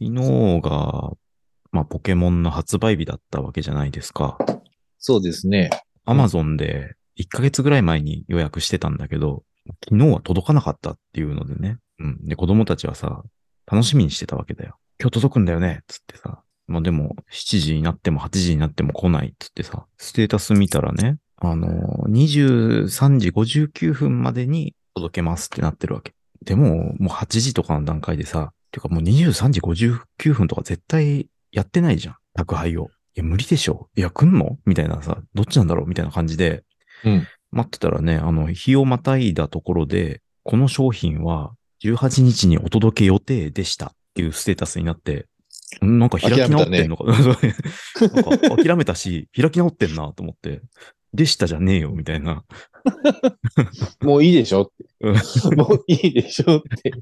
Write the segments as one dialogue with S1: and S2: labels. S1: 昨日が、まあ、ポケモンの発売日だったわけじゃないですか。
S2: そうですね。
S1: アマゾンで1ヶ月ぐらい前に予約してたんだけど、昨日は届かなかったっていうのでね。うん。で、子供たちはさ、楽しみにしてたわけだよ。今日届くんだよね、つってさ。まあでも、7時になっても8時になっても来ない、つってさ。ステータス見たらね、あのー、23時59分までに届けますってなってるわけ。でも、もう8時とかの段階でさ、てかもう23時59分とか絶対やってないじゃん。宅配を。いや、無理でしょ。いや、来んのみたいなさ、どっちなんだろうみたいな感じで、
S2: うん。
S1: 待ってたらね、あの、日をまたいだところで、この商品は18日にお届け予定でしたっていうステータスになって、んなんか開き直ってんのか、そうなんか諦めたし、開き直ってんなと思って、でしたじゃねえよ、みたいな。
S2: もういいでしょ
S1: う
S2: って。 もういいでしょって。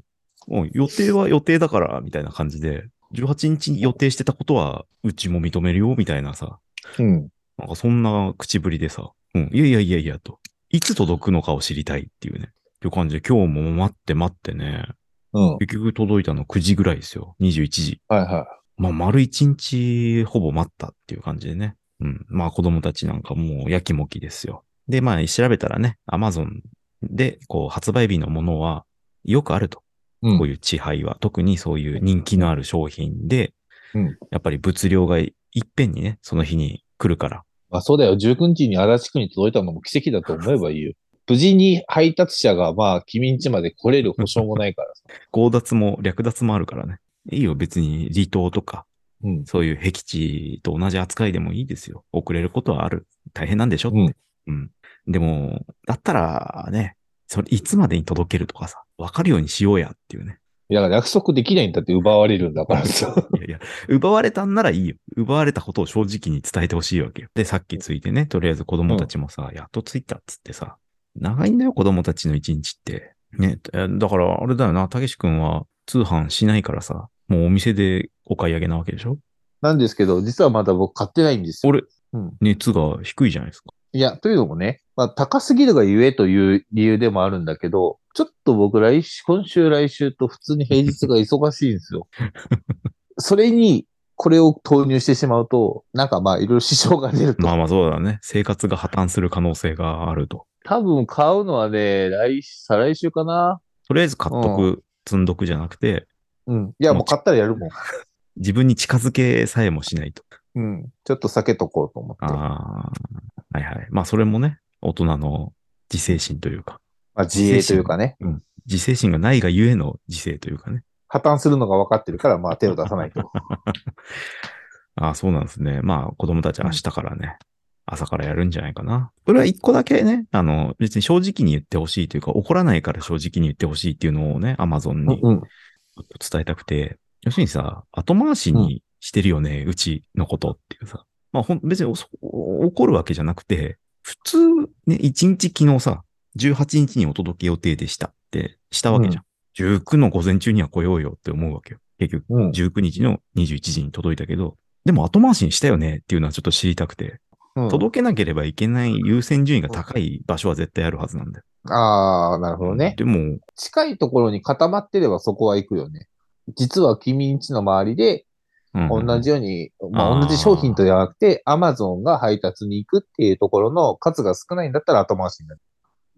S1: もう予定は予定だから、みたいな感じで、18日に予定してたことは、うちも認めるよ、みたいなさ、
S2: うん。
S1: なんかそんな口ぶりでさ、うん、いやいやいやいやと、いつ届くのかを知りたいっていうね、っていう感じで、今日も待って待ってね、
S2: うん。はい
S1: 結局届いたの9時ぐらいですよ。21時。
S2: は
S1: まあ、丸1日ほぼ待ったっていう感じでね。うん。まあ、子供たちなんかもうやきもきですよ。で、まあ、調べたらね、アマゾンで、こう、発売日のものは、よくあると。
S2: い。うん
S1: こういう地配は。特にそういう人気のある商品で、
S2: うん
S1: やっぱり物量がいっぺんにね、その日に来るから。
S2: まあそうだよ。19日に足立区に届いたのも奇跡だと思えば いいよ。無事に配達者がまあ君ん家まで来れる保証もないからさ。
S1: 強奪も略奪もあるからね。いいよ、別に離島とか、
S2: うん。
S1: そういう僻地と同じ扱いでもいいですよ。遅れることはある。大変なんでしょって。
S2: うん
S1: うん。でも、だったらね、それいつまでに届けるとかさ、わかるようにしようやっていうね。
S2: だから約束できないんだって奪われるんだからさ。
S1: いやいや、奪われたんならいいよ。奪われたことを正直に伝えてほしいわけよ。で、さっきついてね、とりあえず子供たちもさ、やっとついたっつってさ、長いんだよ、子供たちの一日って。ね、えだから、あれだよな、たけし君は通販しないからさ、もうお店でお買い上げなわけでしょ
S2: なんですけど、実はまだ僕買ってないんですよ。
S1: 俺、
S2: うん
S1: 熱が低いじゃないですか。
S2: いや、というのもね、まあ高すぎるがゆえという理由でもあるんだけど、ちょっと僕来週、今週来週と普通に平日が忙しいんです よ。それに、これを投入してしまうと、なんかまあいろいろ支障が出ると
S1: まあまあそうだね。生活が破綻する可能性があると。
S2: 多分買うのはね、来、再来週かな。
S1: とりあえず買っと
S2: う
S1: く、積んどくじゃなくて、
S2: うん。いや、もう買ったらやるもん。
S1: 自分に近づけさえもしないと。
S2: うん。ちょっと避けとこうと思って。ま
S1: ああ、はいはい。まあそれもね、大人の自制心というか、
S2: あ、自衛というかね。
S1: 自制心がないがゆえの自制というかね。
S2: 破綻するのが分かってるから、まあ手を出さないと。
S1: ああ、そうなんですね。まあ子供たちは明日からね、朝からやるんじゃないかな。これは一個だけね、あの、別に正直に言ってほしいというか、怒らないから正直に言ってほしいっていうのを ね、アマゾンに
S2: うん。
S1: 伝えたくて、要するにさ、後回しにしてるよね、うちのことっていうさ。まあほん、別におそ怒るわけじゃなくて、普通ね、1日昨日さ、18日にお届け予定でしたってしたわけじゃん。19の午前中には来ようよって思うわけよ。結局、
S2: うん。
S1: 19日の21時に届いたけど、でも後回しにしたよねっていうのはちょっと知りたくて、
S2: うん、
S1: 届けなければいけない優先順位が高い場所は絶対あるはずなんだよ。
S2: ああ、なるほどね。
S1: でも、
S2: 近いところに固まってればそこは行くよね。実は君んちの周りで、
S1: うん
S2: 同じように、ま
S1: あ
S2: あ
S1: ー
S2: 同じ商品とではなくて、アマゾンが配達に行くっていうところの数が少ないんだったら後回しになる。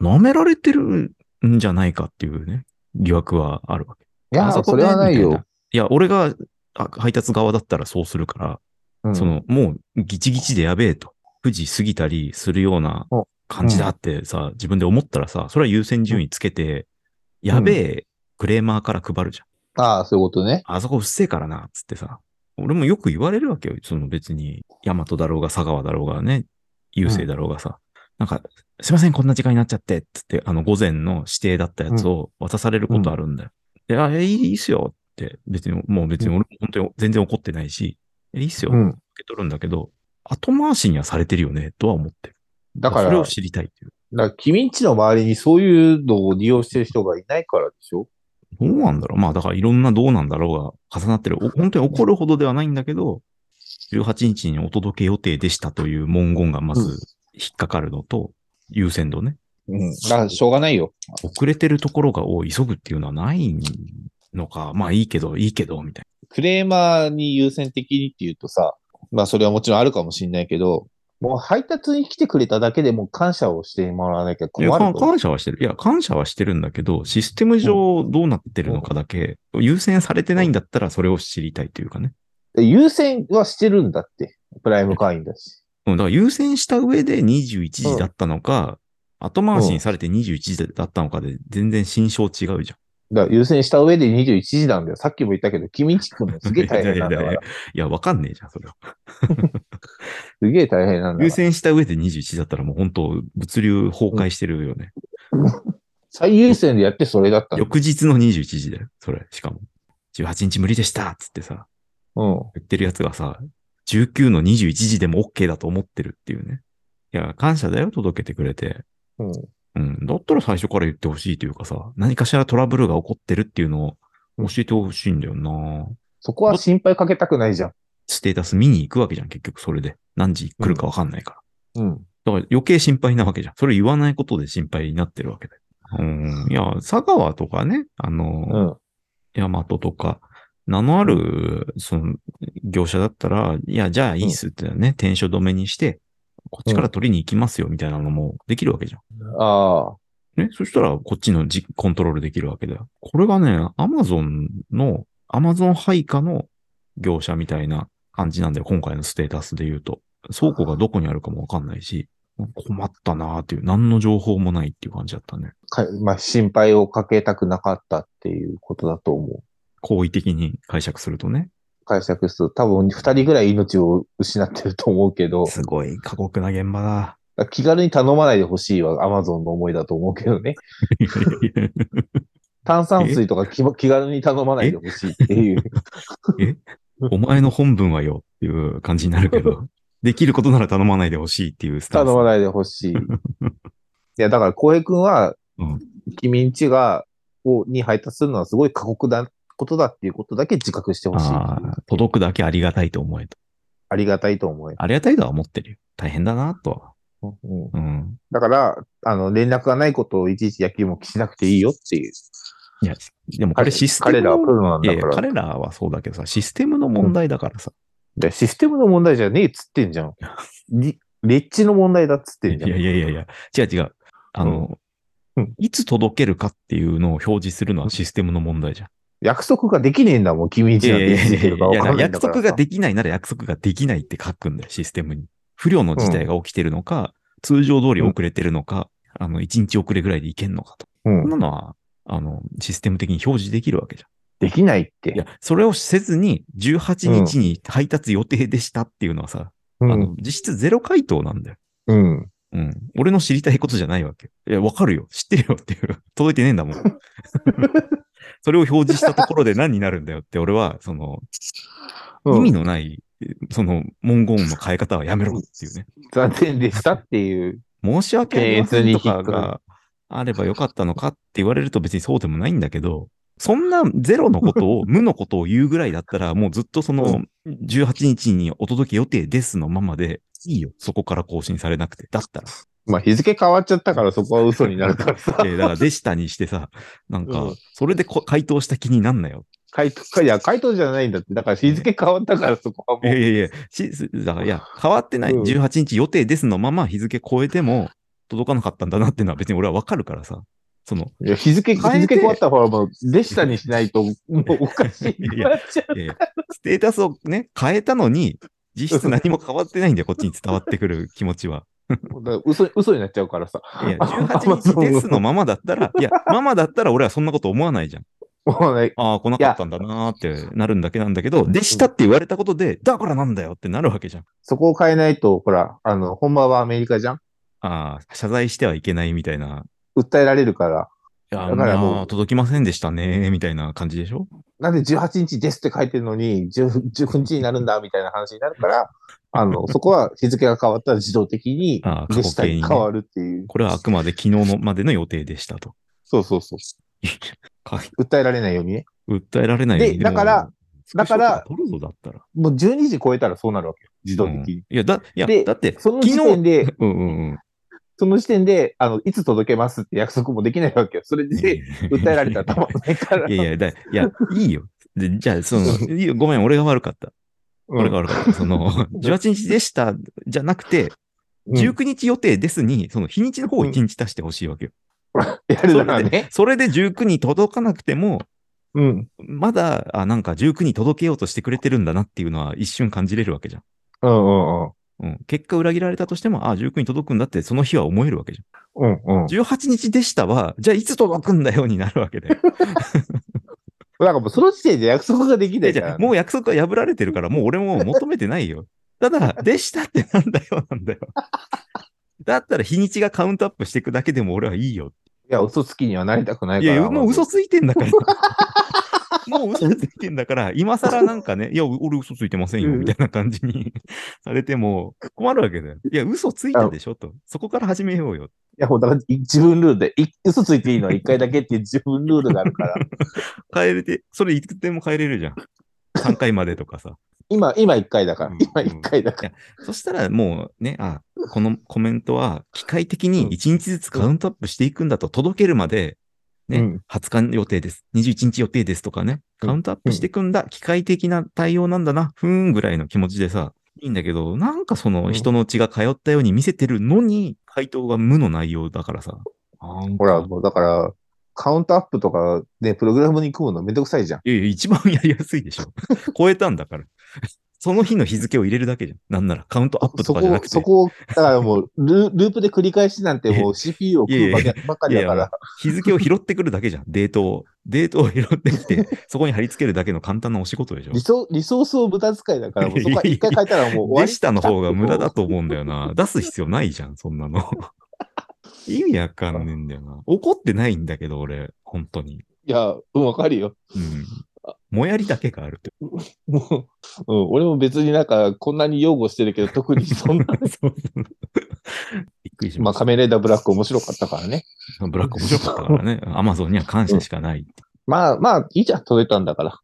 S1: 舐められてるんじゃないかっていうね、疑惑はあるわけ。
S2: いや
S1: あ
S2: ー、
S1: こ
S2: それはない
S1: でみた
S2: よ
S1: な。いや、俺があ配達側だったらそうするから、
S2: うん
S1: その、もうギチギチでやべえと、9時過ぎたりするような
S2: お
S1: 感じだってさ、自分で思ったらさ、それは優先順位つけて、やべえクレーマーから配るじゃん。
S2: ああ、そういうことね。
S1: あそこうっせえからな、つってさ。俺もよく言われるわけよ。その別に、大和だろうが佐川だろうがね、郵政だろうがさ。なんか、すいません、こんな時間になっちゃって、つって、あの、午前の指定だったやつを渡されることあるんだよ。で、あ、いやいいいいっすよって、別に、もう別に俺も本当に全然怒ってないし、いやいいっすよ、
S2: う
S1: 受
S2: ん。
S1: け取るんだけど、後回しにはされてるよね、とは思ってる。
S2: だから、
S1: それを知りたいっていう。
S2: だから君んちの周りにそういうのを利用してる人がいないからでしょ
S1: どうなんだろうまあだからいろんなどうなんだろうが重なってる。お本当に怒るほどではないんだけど、18日にお届け予定でしたという文言がまず引っかかるのと、優先度ね。
S2: うん。だからしょうがないよ。
S1: 遅れてるところが多い、急ぐっていうのはないのか、まあいいけど、いいけど、みたい
S2: クレーマーに優先的にっていうとさ、まあそれはもちろんあるかもしれないけど、もう配達に来てくれただけでもう感謝をしてもらわなきゃ
S1: い
S2: 困
S1: や、か
S2: ると。
S1: 感謝はしてる。いや、感謝はしてるんだけど、システム上どうなってるのかだけ、優先されてないんだったらそれを知りたいというかね。
S2: 優先はしてるんだって。プライム会員だし。
S1: うん、だから優先した上で21時だったのか、後回しにされて21時だったのかで全然心象違うじゃん。
S2: だから優先した上で21時なんだよ。さっきも言ったけど、君んちくんもすげえ大変なんだか
S1: いやいやいや。
S2: ら
S1: いや、わかんねえじゃん、それは。
S2: すげえ大変なんだ
S1: 優
S2: から。
S1: 先した上で21だったらもう本当、物流崩壊してるよね。
S2: 最優先でやってそれだった
S1: 翌日の21時だよ、それ、しかも。18日無理でしたっつってさ、
S2: の。
S1: 言ってるやつがさ、19の21時でも OK だと思ってるっていうね。いや、感謝だよ、届けてくれて。
S2: うん。うん。
S1: うん。だったら最初から言ってほしいというかさ、何かしらトラブルが起こってるっていうのを教えてほしいんだよな
S2: そこは心配かけたくないじゃん。
S1: ステータス見に行くわけじゃん、結局それで。何時来るかわかんないから。
S2: うん。
S1: だから余計心配なわけじゃん。それ言わないことで心配になってるわけだよ。うん。いや、佐川とかね、あの、
S2: うん。
S1: ヤマトとか、名のある、その、業者だったら、いや、じゃあいいっすってね、転所止めにして、こっちから取りに行きますよ、みたいなのもできるわけじゃ
S2: ああ。
S1: ん。ね、そしたら、こっちのじコントロールできるわけだよ。これがね、アマゾンの、アマゾン配下の業者みたいな感じなんだよ、今回のステータスで言うと。倉庫がどこにあるかもわかんないし、困ったなーっていう、何の情報もないっていう感じだったね。
S2: かまあ、心配をかけたくなかったっていうことだと思う。
S1: 好意的に解釈するとね。
S2: 解釈すると多分二人ぐらい命を失ってると思うけど、
S1: すごい過酷な現場だ。
S2: 気軽に頼まないでほしいはアマゾンの思いだと思うけどね。炭酸水とか気気軽に頼まないでほしいっていう。
S1: お前の本文はよっていう感じになるけど、 できることなら頼まないでほしいっていうスタ
S2: 頼
S1: ンス。
S2: まないでほ しい。いや、だから、浩平くんは、
S1: うん
S2: 君んちが、を、に配達するのはすごい過酷なことだっていうことだけ自覚してほしい
S1: ああ届くだけありがたいと思えと。
S2: ありがたいと思うよ。
S1: ありがたいとは思ってるよ。大変だなとは。
S2: うん
S1: うん。
S2: だから、あの、連絡がないことをいちいち野球も気しなくていいよっていう。
S1: いや、でもこれシステム
S2: 彼らはプ
S1: の。
S2: ロなん
S1: いやい
S2: だ
S1: や
S2: か
S1: 彼
S2: ら。
S1: らはそうだけどさ、システムの問題だからさ。
S2: でシステムの問題じゃねえっつってんじゃん。り立地の問題だっつってん
S1: い
S2: じゃん。
S1: やいやいやいや、違う違う。あの、
S2: うんうん
S1: いつ届けるかっていうのを表示するのはシステムの問題じゃん。
S2: 約束ができねえんだもん、君ん
S1: い
S2: ちな
S1: や
S2: ん
S1: い
S2: て
S1: やい
S2: いつ
S1: や
S2: できるか分かんないんだ
S1: 約
S2: からさ。
S1: 束ができないなら約束ができないって書くんだよ、システムに。不良の事態が起きてるのか、通常通り遅れてるのか、あの、1日遅れぐらいでいけんのかと。
S2: うん
S1: そんなのは、あの、システム的に表示できるわけじゃ
S2: できないっ
S1: ん。い
S2: て。
S1: や、それをせずに、18日に配達予定でしたっていうのはさ、
S2: う
S1: あ
S2: ん。
S1: の、実質ゼロ回答なんだよ。
S2: うん。
S1: うん。俺の知りたいことじゃないわけ。いや、わかるよ。知ってるよっていう。 届いてねえんだもん。それを表示したところで何になるんだよって、俺は、その、
S2: うん
S1: 意味のない、その文言の変え方はやめろっていうね。
S2: 残念でしたっていう。
S1: 申し訳ありませんとか
S2: 検閲に引っかか
S1: があればよかったのかって言われると別にそうでもないんだけど、そんなゼロのことを、無のことを言うぐらいだったら、もうずっとその18日にお届け予定ですのままで、いいよ。そこから更新されなくて。だったら。
S2: まあ、日付変わっちゃったからそこは嘘になるからさ。
S1: えだから、でしたにしてさ、なん
S2: う
S1: か
S2: ん、
S1: それでこ回答した気になんなよ。
S2: 回答か、いや、回答じゃないんだって。だから日付変わったからそこはも
S1: いや
S2: う。
S1: いやいや、しだから、いや、変わってない。
S2: うん
S1: 18日予定ですのまま日付超えても届かなかったんだなっていうのは別に俺はわかるからさ。その、
S2: いや日付、
S1: 変えて
S2: 日付変わった方はもう、でしたにしないと、もうおかしい
S1: いや
S2: なっちゃう。
S1: えーステータスをね、変えたのに、実質何も変わってないんだよ、こっちに伝わってくる気持ちは。
S2: だから 嘘、嘘になっちゃうからさ。
S1: いや、18日ですのままだったら、いや、ままだったら俺はそんなこと思わないじゃん。
S2: もうね、
S1: ああ、来なかったんだなーってなるんだけなんだけど、でしたって言われたことで、だからなんだよってなるわけじゃん。
S2: そこを変えないと、ほら、あの、本場はアメリカじゃん
S1: ああ、謝罪してはいけないみたいな。
S2: 訴えられるから。
S1: いや、
S2: だからもう
S1: まあ届きませんでしたね、みたいな感じでしょ
S2: なんで18日ですって書いてるのに、10 19日になるんだ、みたいな話になるから、あの、そこは日付が変わったら自動的に
S1: ああ、過
S2: で
S1: 去形
S2: した
S1: に
S2: に
S1: ね
S2: 変わるっていう。
S1: これはあくまで昨日のまでの予定でしたと。
S2: そうそうそう。
S1: か
S2: 訴えられないようにね。
S1: 訴えられない
S2: でだから、
S1: でも
S2: だから
S1: スクショと取るぞだったら。
S2: もう12時超えたらそうなるわけよ。自動的に。
S1: うんいや、だ、いや、
S2: で
S1: だって、
S2: その時点で、
S1: うんうんうん。
S2: その時点で、あの、いつ届けます って約束もできないわけよ。それで、訴えられたらたまんないから。
S1: いやいや、だいや、いいよ。で、じゃあ、 その、いやごめん、俺が悪かった。
S2: うん
S1: 俺が悪かった。その、18日でした、じゃなくて、
S2: うん
S1: 19日予定ですに、その日にちの方を1日足してほしいわけよ。
S2: やるだから ね。
S1: それで19に届かなくても、
S2: うん。
S1: まだ、あ、なんか19に届けようとしてくれてるんだなっていうのは一瞬感じれるわけじゃん。
S2: うんうんうん。
S1: うん。結果裏切られたとしても、あ、19に届くんだってその日は思えるわけじ
S2: うんう
S1: ゃ
S2: ん
S1: ん。。18日でしたは、じゃあいつ届くんだよになるわけで。
S2: なんかもうその時点で約束ができない
S1: や
S2: いじ
S1: じ
S2: ゃ
S1: ゃ
S2: ん。
S1: あもう約束は破られてるから、もう俺も求めてないよ。 ただ、でしたってなんだよ、なんだよ。だったら日にちがカウントアップしていくだけでも俺はいいよ。
S2: いや、嘘つきにはなりたくない
S1: い
S2: から。
S1: や、もう嘘
S2: つ
S1: ついてんだから。 もう嘘ついてんだから、今更なんかね、いや、俺嘘ついてませんよ、
S2: うん
S1: みたいな感じに されても困るわけだよ。いや、嘘ついたでしょと。そこから始めようよ。
S2: いや、ほんとだから自分ルールで、い嘘ついていいのは一回だけっていう自分ルールがあるから。
S1: 変えれて、それいつでも変えれるじゃん。3回までとかさ。
S2: 今、今一回だから。
S1: うん
S2: 今一回だから。
S1: そしたらもうね、あ、このコメントは機械的に1日ずつカウントアップしていくんだと届けるまで、ね、
S2: うん
S1: 20日予定です。21日予定ですとかね、
S2: うん
S1: カウントアップしていくんだ、機械的な対応なんだな、ふーんぐらいの気持ちでさ、いいんだけど、なんかその人の血が通ったように見せてるのに、回答が無の内容だからさ。
S2: ほら、もうだから、カウントアップとか、ね、プログラムに組むのめんどくさいじゃん。
S1: いやいや、一番やりやすいで しょ。超えたんだから。その日の日付を入れるだけじゃん。なんならカウントアップと
S2: そ
S1: かじゃ
S2: こ
S1: な、くて。
S2: そこを、だからもうル、ループで繰り返しなんてもう CPU を食うばけばっかりだか
S1: いや
S2: ら。
S1: 日付を拾ってくるだけじゃん、デートを。デートを拾ってき て、そこに貼り付けるだけの簡単なお仕事でしょ
S2: リ。ソリソースを無駄遣いだから、も うそこは一回変えたらもう終わ
S1: で
S2: り。
S1: したの方が無駄だと思うんだよ な。出す必要ないじゃん、そんなの。意味わかんねえんだよな。怒ってないんだけど、俺、本当に。
S2: いや、うん、わかるよ。
S1: うん。もやりだけがあるって。
S2: もう、うん、俺も別になんか、こんなに擁護してるけど、特に そんな。
S1: そうそうびっくりし
S2: ま
S1: ま
S2: あ、
S1: し
S2: 仮面ライダーブラック面白かったからね。
S1: た。ブラック面白かったからね。アマゾンには感謝しかない。
S2: まあまあ、いいじゃん、届いたんだから。